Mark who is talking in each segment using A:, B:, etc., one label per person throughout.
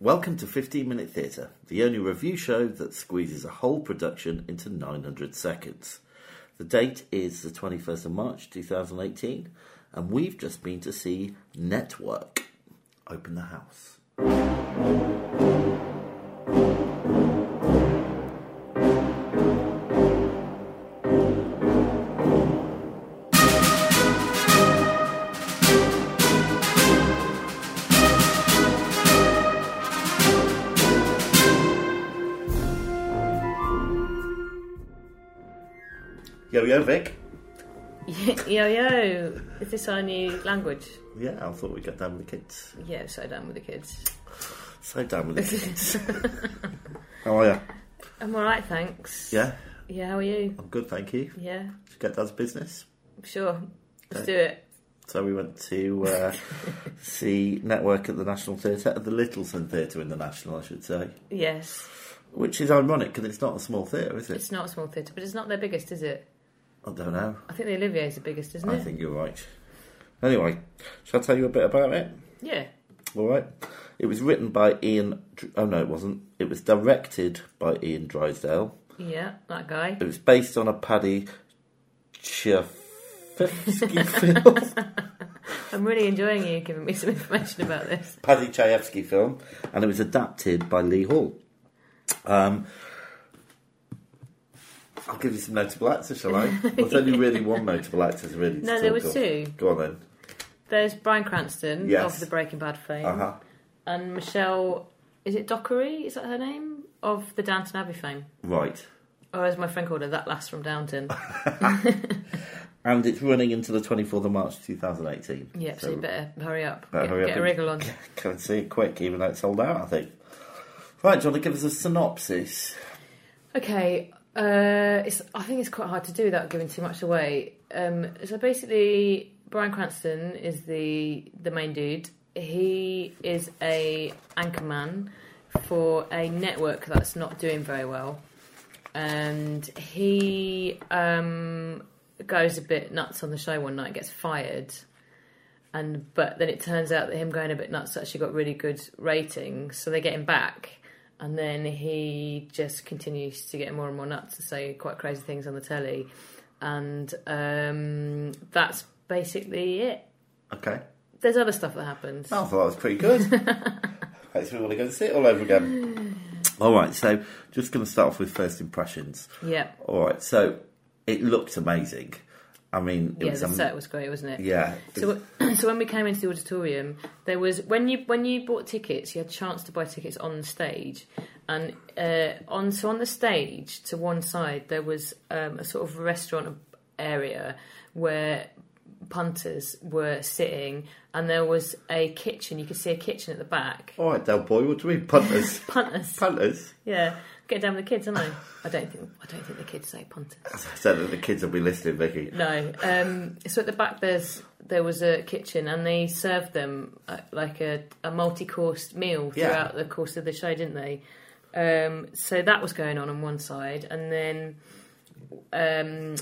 A: Welcome to 15 Minute Theatre, the only review show that squeezes a whole production into 900 seconds. The date is the 21st of March 2018, and we've just been to see Network. Open the house. Yo, yo, Vic.
B: yo yo, is this our new language?
A: Yeah, I thought we got down with the kids.
B: Yeah, so down with the kids.
A: So down with the kids. How are you?
B: I'm all right, thanks.
A: Yeah,
B: Yeah, how are you?
A: I'm good, thank you.
B: Yeah,
A: Should get down to business.
B: sure. Let's
A: Okay.
B: do it.
A: So we went to uh, see Network at the National Theatre, at the Littleton Theatre in the National, I should say.
B: Yes,
A: Which is ironic because it's not a small theatre, is it?
B: it's not a small theatre, but it's not their biggest, is it?
A: I don't know.
B: I think the Olivier's the biggest, isn't
A: I
B: it?
A: think you're right. Anyway, shall I tell you a bit about it?
B: Yeah.
A: All right. It was written by Ian. Dr- Oh no, it wasn't. It was directed by Ian Drysdale.
B: Yeah, that guy.
A: It was based on a Paddy Chayefsky film.
B: I'm really enjoying you giving me some information about this.
A: Paddy Chayefsky film, and it was adapted by Lee Hall. Um, I'll give you some notable actors, shall I? Well, There's only really one notable actor, really. to
B: No, there
A: talk
B: were
A: of.
B: two.
A: Go on then.
B: There's Brian Cranston
A: Yes.
B: of the Breaking Bad fame,
A: Uh huh.
B: and Michelle. Is it Dockery? Is that her name? Of the Downton Abbey fame,
A: Right.
B: or as my friend called her, that lass from Downton.
A: And it's running into the 24th of March 2018.
B: Yeah, so, you better hurry up.
A: Better
B: get
A: hurry up
B: get a
A: and-
B: wriggle on.
A: Can see it quick, even though it's sold out, I think. Right, do you want to give us a synopsis?
B: Okay, uh, it's. I think it's quite hard to do without giving too much away. Um, so basically, Brian Cranston is the the main dude. He is a anchorman for a network that's not doing very well, and he um, goes a bit nuts on the show one night, gets fired. And but then it turns out that him going a bit nuts actually got really good ratings, so they get him back and then he just continues to get more and more nuts and say quite crazy things on the telly, and um, that's basically it.
A: Okay.
B: There's other stuff that happens.
A: I thought that was pretty good. Makes me want to go and see it all over again. All right, so just going to start off with first impressions.
B: Yeah,
A: All right, so it looked amazing. I mean, it
B: yeah.
A: was
B: The
A: am-
B: set was great, wasn't it?
A: yeah. it was-
B: So, so when we came into the auditorium, there was when you when you bought tickets, you had a chance to buy tickets on stage, and uh, on so on the stage to one side there was um, a sort of restaurant area where punters were sitting, and there was a kitchen. You could see a kitchen at the back.
A: all right, Del Boy, what do you mean, punters?
B: Punters,
A: punters?
B: yeah. Get down with the kids, aren't I? I don't think I don't think the kids say punters.
A: As I said, the kids will be listening, Vicky.
B: No. Um, so at the back there's there was a kitchen and they served them uh, like a, a multi-course meal
A: Yeah.
B: throughout the course of the show, didn't they? Um, so that was going on on one side, and then um,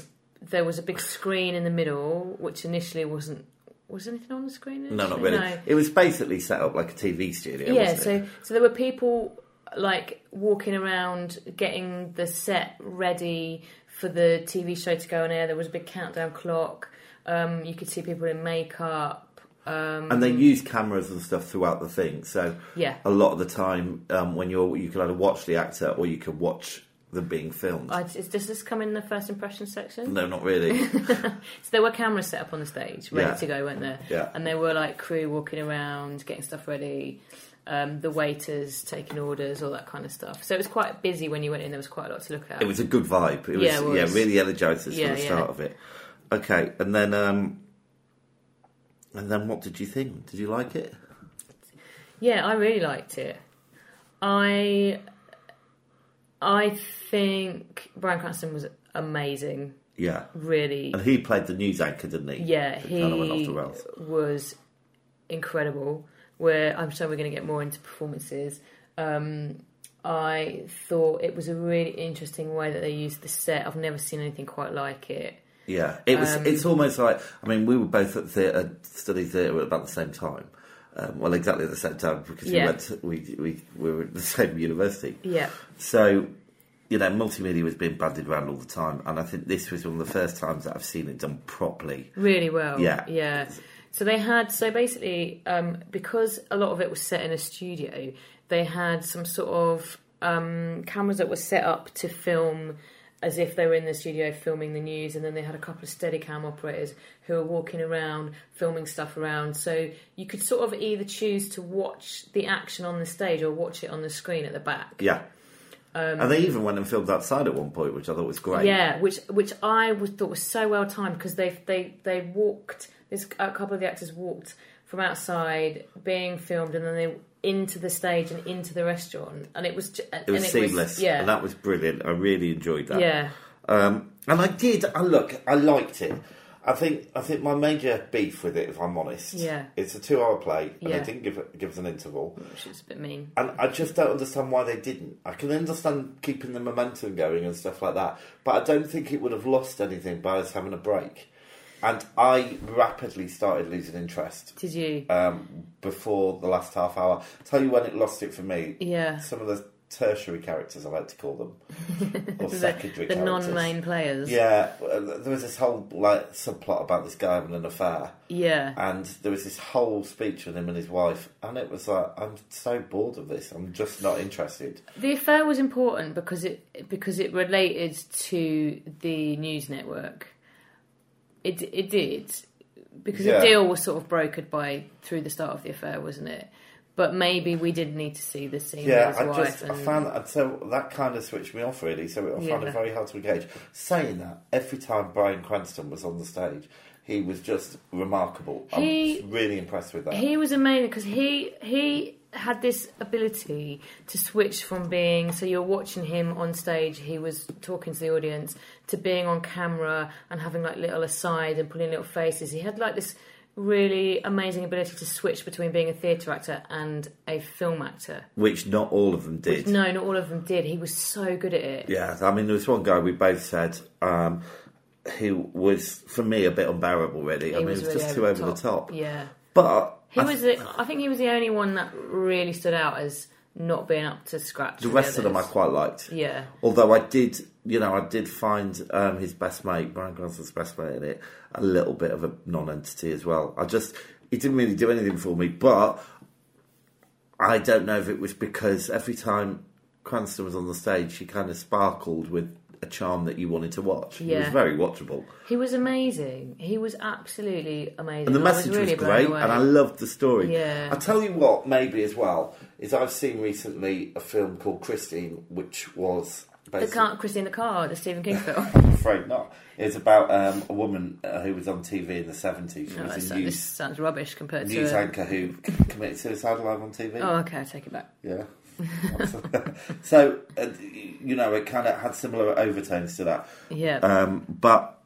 B: there was a big screen in the middle, which initially wasn't was anything on the screen. Initially?
A: No, not really.
B: No.
A: It was basically set up like a TV studio.
B: Yeah,
A: wasn't it?
B: so so there were people like walking around getting the set ready for the TV show to go on air. There was a big countdown clock. Um, you could see people in makeup. Um,
A: and they used cameras and stuff throughout the thing. So
B: Yeah.
A: a lot of the time um, when you're you could either watch the actor or you could watch them being filmed.
B: I, is, does this come in the first impression section?
A: no, not really.
B: So there were cameras set up on the stage, ready
A: Yeah.
B: to go, weren't there?
A: Yeah.
B: And there were like crew walking around, getting stuff ready. Um, the waiters taking orders, all that kind of stuff. So it was quite busy when you went in. There was quite a lot to look at.
A: it was a good vibe. It was,
B: Yeah, it was.
A: yeah, really energized us
B: Yeah,
A: from the start
B: yeah.
A: of it. Okay, and then um, and then what did you think? Did you like it?
B: Yeah, I really liked it. I I think Brian Cranston was amazing.
A: Yeah,
B: Really,
A: and he played the news anchor, didn't he?
B: yeah,
A: It kinda went off
B: he
A: the rails.
B: was incredible. Where I'm sure we're going to get more into performances. Um, I thought it was a really interesting way that they used the set. I've never seen anything quite like it. Um,
A: Yeah, it was. it's almost like I mean, we were both at theatre, study theatre at about the same time, Um, well, exactly at the same time because
B: Yeah.
A: we went to, we, we we were at the same university.
B: Yeah.
A: So, you know, multimedia was being bandied around all the time, and I think this was one of the first times that I've seen it done properly.
B: Really well.
A: Yeah.
B: Yeah. So they had so basically um, because a lot of it was set in a studio, they had some sort of um, cameras that were set up to film as if they were in the studio filming the news, and then they had a couple of Steadicam operators who were walking around filming stuff around. So you could sort of either choose to watch the action on the stage or watch it on the screen at the back.
A: Yeah. and they even went and filmed outside at one point, which I thought was great.
B: Um, Yeah, which which I was, thought was so well timed because they they they walked. This a couple of the actors walked from outside being filmed, and then they into the stage and into the restaurant, and it was ju-
A: It was
B: and
A: seamless.
B: yeah,
A: And that was brilliant. I really enjoyed that.
B: yeah,
A: Um, and I did. I look. I liked it. I think. I think my major beef with it, if I'm honest,
B: Yeah.
A: it's a two-hour play, and
B: Yeah.
A: they didn't give it, give us an interval.
B: which is a bit mean.
A: And I just don't understand why they didn't. I can understand keeping the momentum going and stuff like that, but I don't think it would have lost anything by us having a break. And I rapidly started losing interest
B: Did you?
A: um, before the last half hour. Tell you when it lost it for me.
B: yeah,
A: Some of the tertiary characters, I like to call them, or
B: the,
A: secondary
B: the
A: characters.
B: non-main players.
A: Yeah, uh, there was this whole like subplot about this guy having an affair,
B: yeah.
A: and there was this whole speech with him and his wife, and it was like, I'm so bored of this. I'm just not interested.
B: The affair was important because it because it related to the news network. It it did because
A: Yeah.
B: the deal was sort of brokered by through the start of the affair, wasn't it? But maybe we did need to see the scene
A: Yeah,
B: with his
A: I
B: wife.
A: just I
B: and-
A: found that so that kind of switched me off really. So I found
B: Yeah.
A: it very hard to engage. Saying that, every time Brian Cranston was on the stage, he was just remarkable.
B: He-
A: I'm really impressed with that.
B: he was amazing because he he had this ability to switch from being so you're watching him on stage he was talking to the audience to being on camera and having like little aside and pulling little faces he had like this really amazing ability to switch between being a theatre actor and a film actor
A: Which not all of them did.
B: no not all of them did he was so good at it
A: Yeah, I mean, there was one guy we both said um, who was, for me, a bit unbearable, really. I
B: He
A: mean, it was
B: really
A: just too over the top.
B: yeah
A: But
B: he
A: I
B: was the, i think he was the only one that really stood out as not being up to scratch
A: the rest of them I quite liked.
B: yeah
A: Although I did, you know, I did find um, his best mate, Brian Granson's best mate in it, a little bit of a non-entity as well. I just, it didn't really do anything for me. But I don't know if it was because every time Cranston was on the stage, she kind of sparkled with a charm that you wanted to watch. It was
B: Yeah.
A: very watchable.
B: He was amazing. He was absolutely amazing.
A: And the
B: I
A: message was,
B: really blown
A: great,
B: away.
A: and I loved the story.
B: Yeah.
A: I tell you what, maybe as well is I've seen recently a film called Christine, which was
B: the
A: basically
B: car, Christine the car, the Stephen King film.
A: I'm afraid not. It's about um, a woman uh, who was on TV in the seventies. She
B: no, that
A: was a
B: sounds, this
A: news,
B: sounds rubbish compared
A: news
B: to. A,
A: anchor who c- committed suicide live on TV.
B: oh, okay, I take it back.
A: Yeah. so uh, you know, it kind of had similar overtones to that.
B: Yeah,
A: Um, but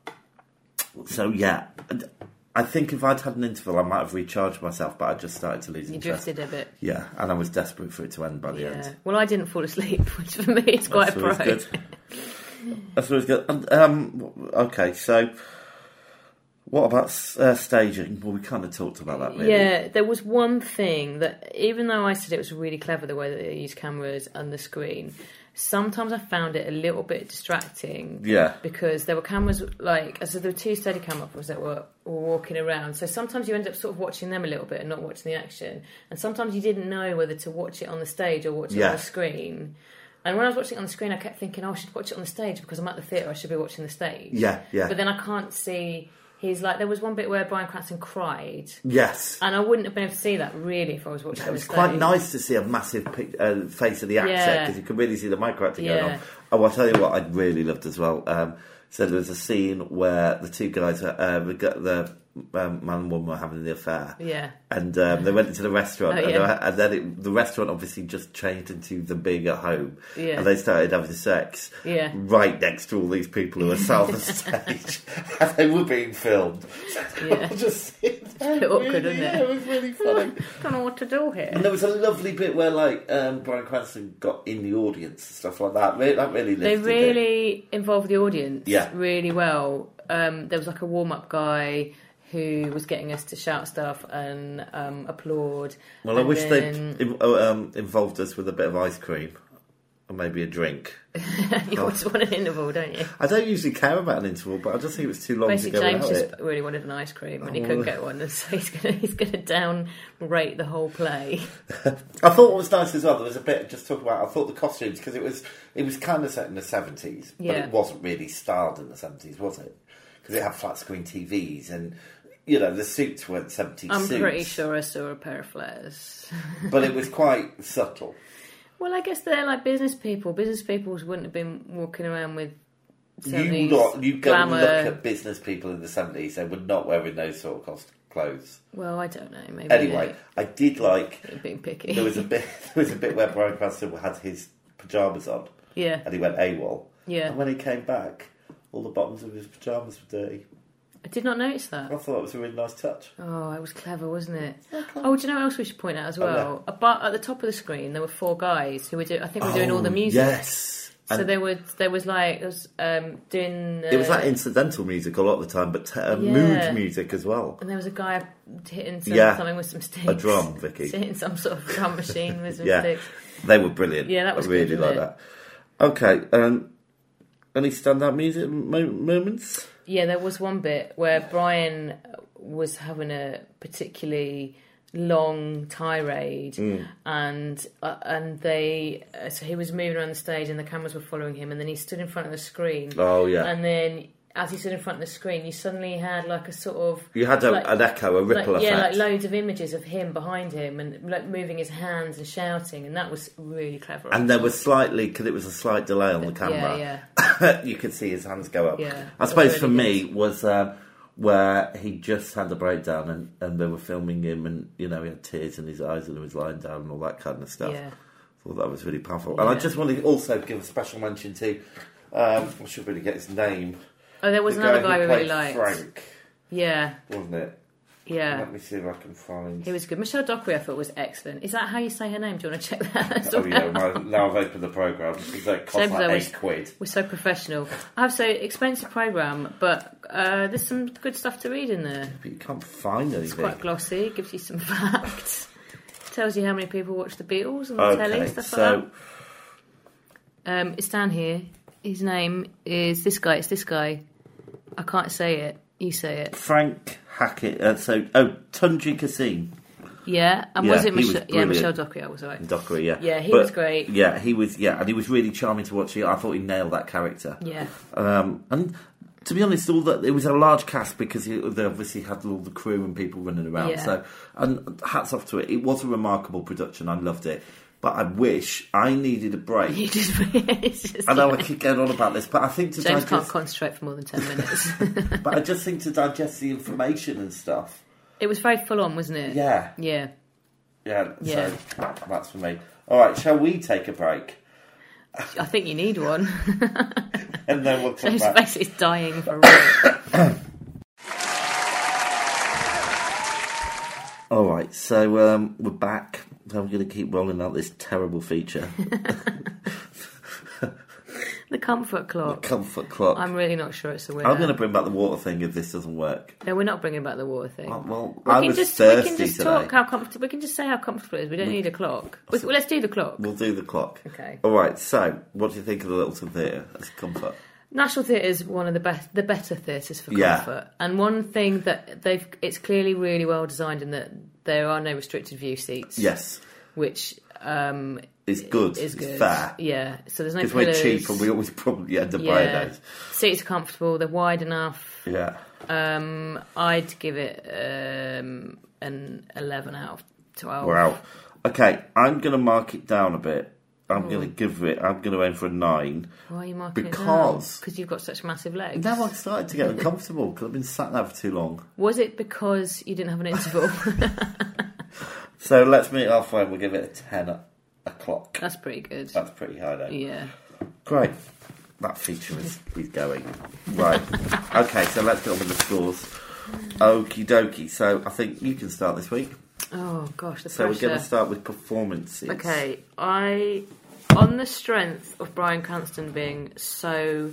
A: so yeah, And I think if I'd had an interval, I might have recharged myself, but I just started to lose
B: you
A: interest.
B: drifted a bit.
A: Yeah, and I was desperate for it to end by the
B: Yeah.
A: end.
B: Well, I didn't fall asleep, which for me is quite
A: That's always
B: a pro.
A: good. That's always good. And, um, okay, so what about uh, staging? Well, we kind of talked about that, really.
B: Yeah, there was one thing that, even though I said it was really clever the way that they used cameras and the screen, sometimes I found it a little bit distracting.
A: Yeah.
B: because there were cameras like so there were two steady cam operators that were, were walking around so sometimes you end up sort of watching them a little bit and not watching the action and sometimes you didn't know whether to watch it on the stage or watch it on
A: Yeah.
B: the screen and when I was watching it on the screen I kept thinking oh, I should watch it on the stage because I'm at the theatre I should be watching the stage
A: Yeah, yeah.
B: but then I can't see he's like there was one bit where Brian Cranston cried
A: Yes.
B: and I wouldn't have been able to see that really if I was watching
A: It
B: on
A: was
B: the
A: quite
B: stage.
A: nice to see a massive pic- uh, face of the actor
B: Yeah.
A: because you could really see the micro acting going
B: Yeah.
A: on. Oh, I'll tell you what, I really loved as well. Um, so there was a scene where the two guys, uh, uh, the gu- the um, man and woman, were having the affair.
B: yeah
A: And um, they went into the restaurant,
B: Oh,
A: and,
B: yeah.
A: they- and then it, the restaurant obviously just changed into them being at home,
B: Yeah.
A: and they started having sex
B: Yeah.
A: right next to all these people who were south of stage, and they were being filmed.
B: Yeah.
A: I just it's a
B: bit awkward, isn't it?
A: Yeah, it was really funny.
B: don't know what to do here
A: and there was a lovely bit where like um, Brian Cranston got in the audience and stuff like that. Re- That really
B: they
A: lifted it.
B: really involved the audience
A: Yeah.
B: really well. Um, there was like a warm up guy who was getting us to shout stuff and um, applaud.
A: Well, I
B: And
A: wish
B: then-
A: they'd im- oh, um, involved us with a bit of ice cream and maybe a drink.
B: you always want an interval, don't you?
A: I don't usually care about an interval, but I just think it was too long
B: Basically,
A: to go
B: James
A: without it.
B: just really wanted an ice cream and he
A: Oh.
B: couldn't get one, and so he's gonna he's gonna down rate the whole play.
A: I thought what was nice as well. There was a bit just talk about. I thought the costumes because it was it was kind of set in the seventies, but
B: Yeah.
A: it wasn't really styled in the seventies, was it? Because it had flat screen TVs and. You know the suits weren't seventies
B: I'm
A: suits,
B: pretty sure I saw a pair of flares.
A: but it was quite subtle.
B: Well, I guess they're like business people. Business people wouldn't have been walking around with
A: You
B: 70s
A: not you go
B: glamour.
A: and look at business people in the seventies; they were not wearing those sort of cost clothes.
B: Well, I don't know. Maybe
A: Anyway, I did like
B: they're being picky.
A: there was a bit there was a bit where Brian Cranston had his pajamas on
B: yeah,
A: and he went AWOL.
B: yeah.
A: And when he came back, all the bottoms of his pajamas were dirty.
B: I did not notice that.
A: I thought it was a really nice touch.
B: Oh, it was clever, wasn't it?
A: Okay.
B: Oh, do you know what else we should point out as
A: Oh, yeah.
B: well? But at the top of the screen, there were four guys who were doing. I think were doing all the music.
A: Oh, Yes.
B: So
A: And
B: there was there was like it was um, doing. Uh,
A: it was like incidental music a lot of the time, but te- uh,
B: Yeah.
A: mood music as well.
B: and there was a guy hitting some,
A: Yeah.
B: something with some sticks.
A: A drum, Vicky.
B: Hitting some sort of drum machine with some
A: Yeah.
B: sticks.
A: They were brilliant.
B: Yeah, that was
A: I
B: good,
A: really like
B: wasn't
A: that. Okay. Um, any standout music mo- moments?
B: Yeah, there was one bit where Brian was having a particularly long tirade,
A: Mm.
B: and uh, and they uh, so he was moving around the stage, and the cameras were following him, and then he stood in front of the screen,
A: Oh yeah.
B: and then as he stood in front of the screen, you suddenly had like a sort of
A: you had a,
B: like-
A: an echo, a ripple
B: like,
A: effect.
B: yeah, like loads of images of him behind him and like moving his hands and shouting, and that was really clever.
A: and there was slightly because it was a slight delay on the camera.
B: yeah,
A: you could see his hands go up.
B: Yeah.
A: I suppose for me was um, where he just had the breakdown and, and they were filming him and you know he had tears in his eyes and he was lying down and all that kind of
B: yeah,
A: stuff.
B: yeah.
A: thought that was really powerful. And I
B: Yeah.
A: just wanted to also give a special mention to um, I should really get his name.
B: Oh, there was
A: The
B: another guy
A: who
B: we really
A: played
B: liked.
A: Frank,
B: Yeah,
A: wasn't it?
B: yeah.
A: Let me see if I can find.
B: He was good. Michelle Dockery, I thought, was excellent. Is that how you say her name? Do you want to check that? as
A: Oh
B: well?
A: yeah, my, now I've opened the program. It cost
B: Same
A: like
B: as I
A: eight
B: was-
A: quid.
B: We're so professional. I have so expensive program, but uh, there's some good stuff to read in there.
A: But you can't find
B: It's
A: anything.
B: quite glossy. Gives you some facts. Tells you how many people watch the Beatles on the telly,
A: Okay,
B: stuff
A: so
B: like that. Um, it's down here. His name is this guy. It's this guy. I can't say it. You say it.
A: Frank Hackett. Uh, so oh, Tunji Kasim.
B: Yeah. And
A: Yeah,
B: was it
A: he was
B: Michelle? yeah,
A: brilliant.
B: Michelle Dockery. I was right.
A: Dockery, yeah.
B: Yeah, he
A: But-
B: was great.
A: Yeah, he was, yeah, and he was really charming to watch. He- I thought he nailed that character.
B: Yeah.
A: Um, and to be honest, all that it was a large cast because he, they obviously had all the crew and people running around.
B: Yeah.
A: So, and hats off to it. It was a remarkable production. I loved it, but I wish I needed a break.
B: You just. it's just
A: I know I keep going on about this, but I think to
B: James can't
A: digest,
B: concentrate for more than ten minutes.
A: but I just think to digest the information and stuff.
B: It was very full on, wasn't it?
A: Yeah,
B: Yeah.
A: yeah.
B: Yeah.
A: So that's for me. All right, shall we take a break
B: I think you need one.
A: and then we'll come
B: James
A: back.
B: face is dying for real.
A: All right, so um, we're back. I'm going to keep rolling out this terrible feature,
B: the comfort
A: the
B: clock.
A: comfort clock. I'm,
B: I'm really not sure it's a winner.
A: going to bring back the water thing if this doesn't work.
B: No, we're not bringing back the water thing.
A: Uh, Well,
B: we
A: I
B: can
A: was
B: just we
A: thirsty
B: can just
A: today. Mm.
B: talk how comfortable. We can just say how comfortable it is. We don't need a clock. We, well, let's do the clock.
A: We'll do the clock.
B: Okay.
A: All right. So, what do you think of the Littleton Theatre as comfort?
B: National Theatre is one of the best, the better theatres for
A: Yeah.
B: comfort. And one thing that they've, it's clearly really well designed in that there are no restricted view seats.
A: Yes,
B: Which um,
A: it's good.
B: is good.
A: It's fair.
B: Yeah. So there's no
A: It's we're
B: pillows.
A: cheap, and we always probably end up buying those.
B: Seats are comfortable. They're wide enough.
A: Yeah.
B: Um, I'd give it um, an eleven out of twelve.
A: Wow. Okay, I'm going to mark it down a bit. I'm going to give it. I'm going to aim for a nine.
B: Why are you marking
A: Because-
B: because you've got such massive legs?
A: Now I've started to get uncomfortable because I've been sat there for too long.
B: Was it because you didn't have an interval?
A: So let's meet halfway and we'll give it a 10 o- o'clock.
B: That's pretty good.
A: That's pretty high though.
B: Yeah.
A: Great. That feature is, is going. Right. okay, so let's get on with the scores. Okie dokie. So I think you can start this week.
B: Oh gosh, the
A: So we're going
B: pressure.
A: to start with performances.
B: Okay, I on the strength of Brian Cranston being so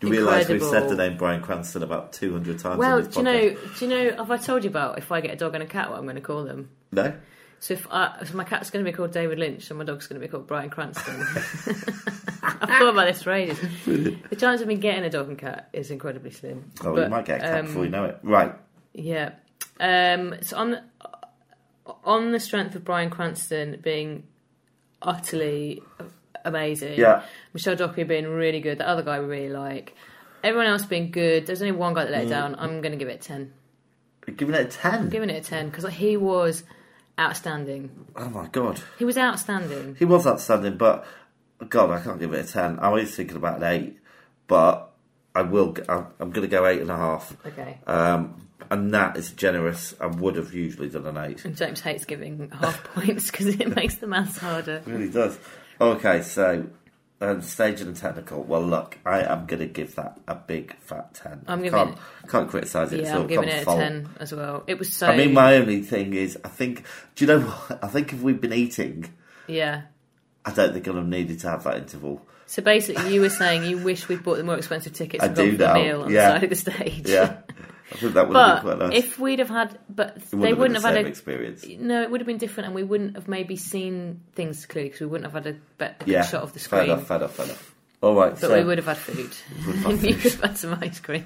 A: Do you realise we've
B: Incredible.
A: said the name Brian Cranston about 200 times
B: Well,
A: on this
B: do
A: podcast?
B: you know? Do you know? Have I told you about if I get a dog and a cat, what I'm going to call them?
A: No?
B: So if I, so my cat's going to be called David Lynch and my dog's going to be called Brian Cranston. I've thought about this for ages. The chance of me getting a dog and cat is incredibly slim.
A: Oh, you
B: But,
A: might get a cat
B: um,
A: before you know it. Right.
B: Yeah. Um, so on the, on the strength of Brian Cranston being utterly amazing,
A: Yeah.
B: Michelle Dockery being really good, the other guy we really like, everyone else being good. There's only one guy that let
A: Mm.
B: it down. I'm going to give it a ten.
A: Giving it a 10.
B: I'm giving it a ten because he was outstanding.
A: Oh my god.
B: He was outstanding.
A: He was outstanding, but God, I can't give it a 10. I was thinking about an 8, but I will. g- I'm, I'm going to go 8.5.
B: Okay.
A: Um, and that is generous. I would have usually done an 8. It
B: And James hates giving half points because it makes the maths harder.
A: really does. Okay, so um, staging and technical. Well, look, I am going to give that a big fat 10.
B: I'm giving
A: can't, can't criticise it. at
B: Yeah,
A: all.
B: I'm giving
A: Can't
B: it a
A: fault.
B: ten as well. It was so.
A: I mean, my only thing is, I think, do you know what? I think if we've been eating,
B: yeah.
A: I don't think I'd have needed to have that interval.
B: So basically, you were saying you wish we'd bought the more expensive tickets
A: I
B: and gone
A: do
B: for the
A: now,
B: meal on
A: yeah.
B: the side of the stage.
A: Yeah. I think that would have been
B: but
A: quite nice.
B: if we'd have had, but
A: It
B: they
A: been
B: wouldn't
A: the
B: have had
A: same
B: a.
A: experience.
B: No, it would have been different, and we wouldn't have maybe seen things clearly because we wouldn't have had a, bet- a good
A: Yeah,
B: shot of the
A: fair
B: screen.
A: enough, fair enough, fair enough. All right,
B: But
A: so
B: we would have had food.
A: Would have had
B: and you
A: food.
B: could have had some ice cream.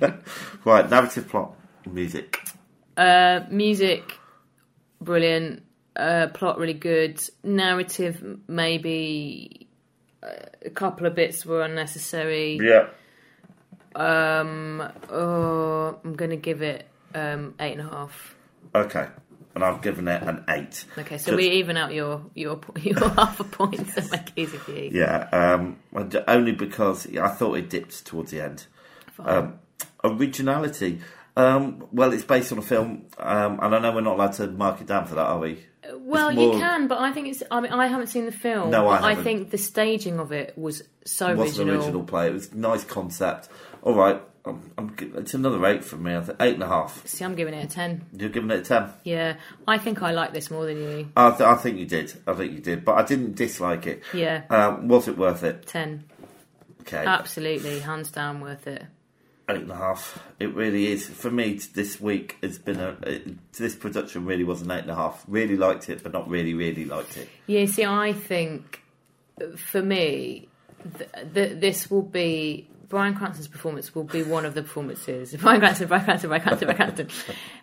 A: right, narrative plot, music.
B: Uh, music, brilliant. Uh, plot, really good. Narrative, m- maybe uh, a couple of bits were unnecessary.
A: Yeah,
B: Um, oh, I'm gonna give it um, eight and a half.
A: okay, and I've given it an eight.
B: Okay, so
A: Good.
B: we even out your your po- your half a point and make it easy for you.
A: Yeah, um, and only because I thought it dipped towards the end. Um, originality. Um, well, it's based on a film, um, and I know we're not allowed to mark it down for that, are we?
B: Uh, well,
A: it's
B: you
A: more-
B: can, but I think it's. I mean, I haven't seen the film.
A: No, I
B: but
A: haven't.
B: think the staging of it was so
A: It wasn't
B: original.
A: an original play. It was a nice concept. All right, I'm, I'm, gi- it's another eight from me. I think eight and a half.
B: See, I'm giving it a ten.
A: You're giving it a ten.
B: Yeah, I think I like this more than you.
A: I, th- I think you did. I think you did, but I didn't dislike it.
B: Yeah,
A: Um, was it worth it?
B: ten.
A: Okay,
B: Uh, Absolutely, hands down, worth it.
A: eight and a half. It really is for me. t- This week it's been a it, this production really was an eight and a half. Really liked it, but not really, really liked it.
B: Yeah, see, I think uh, for me, th- th- this will be Brian Cranston's performance will be one of the performances. Brian Cranston, Brian Cranston, Brian Cranston, Brian Cranston.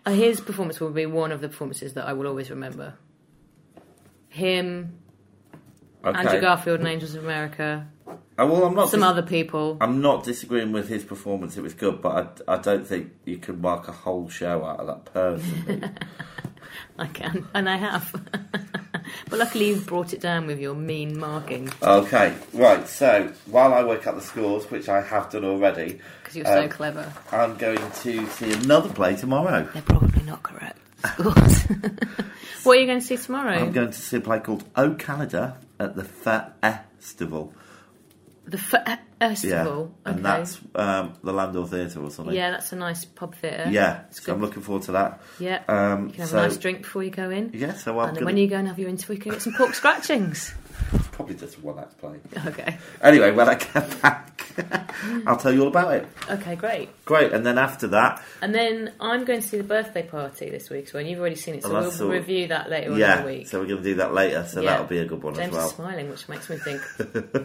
B: Uh, His performance will be one of the performances that I will always remember. Him,
A: Okay.
B: Andrew Garfield, and Angels of America,
A: Oh, well, I'm not.
B: some
A: dis-
B: other people.
A: I'm not disagreeing with his performance. It was good, but I, I don't think you could mark a whole show out of that person.
B: I can, and I have. but luckily, you've brought it down with your mean marking
A: okay, right. So while I work out the scores, which I have done already,
B: because you're so
A: Um,
B: clever.
A: I'm going to see another play tomorrow.
B: They're probably not correct. what are you going to see tomorrow?
A: I'm going to see a play called O Canada at the Festival.
B: The f-
A: Yeah,
B: festival. okay.
A: and that's um, the Landor Theatre or something.
B: yeah, that's a nice pub theatre.
A: yeah.
B: it's
A: So I'm
B: good.
A: looking forward to that.
B: Yeah,
A: Um,
B: you can have
A: so
B: a nice drink before you go in,
A: yeah, so I'm
B: and
A: gonna
B: then when you go and have your interview, you can get some pork scratchings.
A: probably just one act play.
B: Okay,
A: Anyway, when I get back,
B: Hmm.
A: I'll tell you all about it.
B: okay, great.
A: Great, and then after that,
B: And then I'm going to see the birthday party this week, so and you've already seen it, so
A: Well,
B: we'll
A: Oh, that's all-
B: review that later on in the
A: yeah.
B: week.
A: So we're going to do that later. So
B: Yeah.
A: that'll be a good one
B: James
A: as well.
B: is smiling, which makes me think,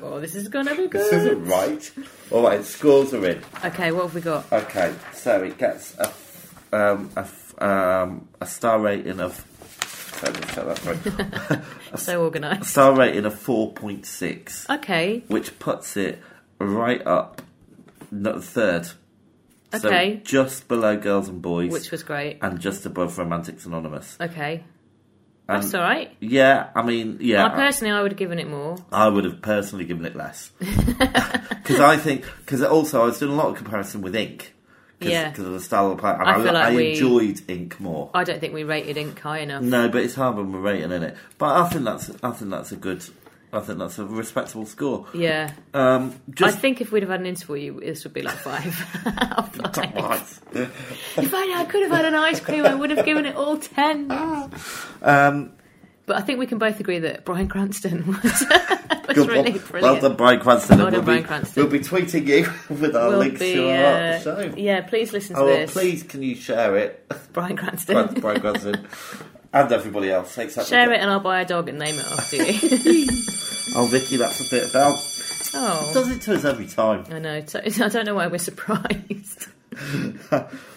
B: oh, this is going to be
A: This isn't
B: good.
A: right. All right, scores are in.
B: Okay, what have we got?
A: Okay, so it gets a f- um, a, f- um, a star rating of. Let me check that right.
B: So
A: A
B: organised.
A: star rating of four point six,
B: Okay,
A: which puts it right up no, third. So
B: Okay.
A: just below Girls and Boys,
B: which was great.
A: and just above Romantics Anonymous.
B: Okay,
A: And-
B: that's all right.
A: Yeah, I mean, yeah,
B: I personally, I would have given it more.
A: I would have personally given it less because I think because also I was doing a lot of comparison with Ink. Cause,
B: Yeah.
A: 'cause of the style of play. And
B: I
A: I,
B: feel like
A: I
B: we-
A: enjoyed Ink more.
B: I don't think we rated Ink high enough.
A: No, but it's hard when we're rating in it. But I think that's I think that's a good. I think that's a respectable score.
B: Yeah,
A: Um,
B: I
A: just
B: think if we'd have had an interview, this would be like five. Out of five.
A: Right.
B: If I, I could have had an ice cream, I would have given it all ten.
A: Um,
B: But I think we can both agree that Brian Cranston was That's
A: Good
B: really
A: one. Well
B: brilliant.
A: done, Brian Cranston.
B: Well
A: and
B: done,
A: we'll,
B: Bryan
A: be,
B: Cranston.
A: we'll be tweeting you with our
B: We'll
A: links to our
B: uh,
A: show.
B: Yeah, please listen to
A: Oh, well,
B: this.
A: please, can you share it,
B: Brian Cranston.
A: Brian, Brian Cranston, and everybody else? Except
B: Share
A: Vicky.
B: it and I'll buy a dog and name it after you.
A: Oh, Vicky, that's a bit about.
B: oh.
A: Does it to us every time.
B: I know. So, I don't know why we're surprised.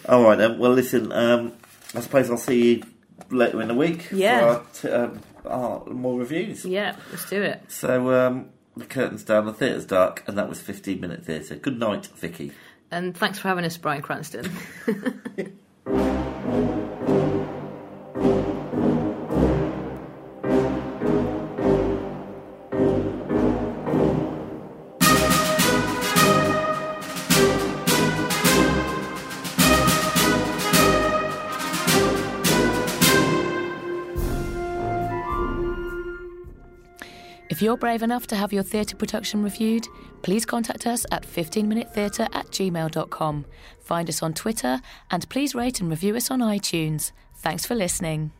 A: All right then. Well, listen. Um, I suppose I'll see you later in the week.
B: Yeah.
A: For our, t- um, our more reviews.
B: yeah, let's do it.
A: So um, the curtains down, the theatre's dark, and that was fifteen minute theatre. Good night, Vicky.
B: And thanks for having us, Brian Cranston.
C: If you're brave enough to have your theatre production reviewed, please contact us at 15minutetheatre at gmail.com. Find us on Twitter and please rate and review us on iTunes. Thanks for listening.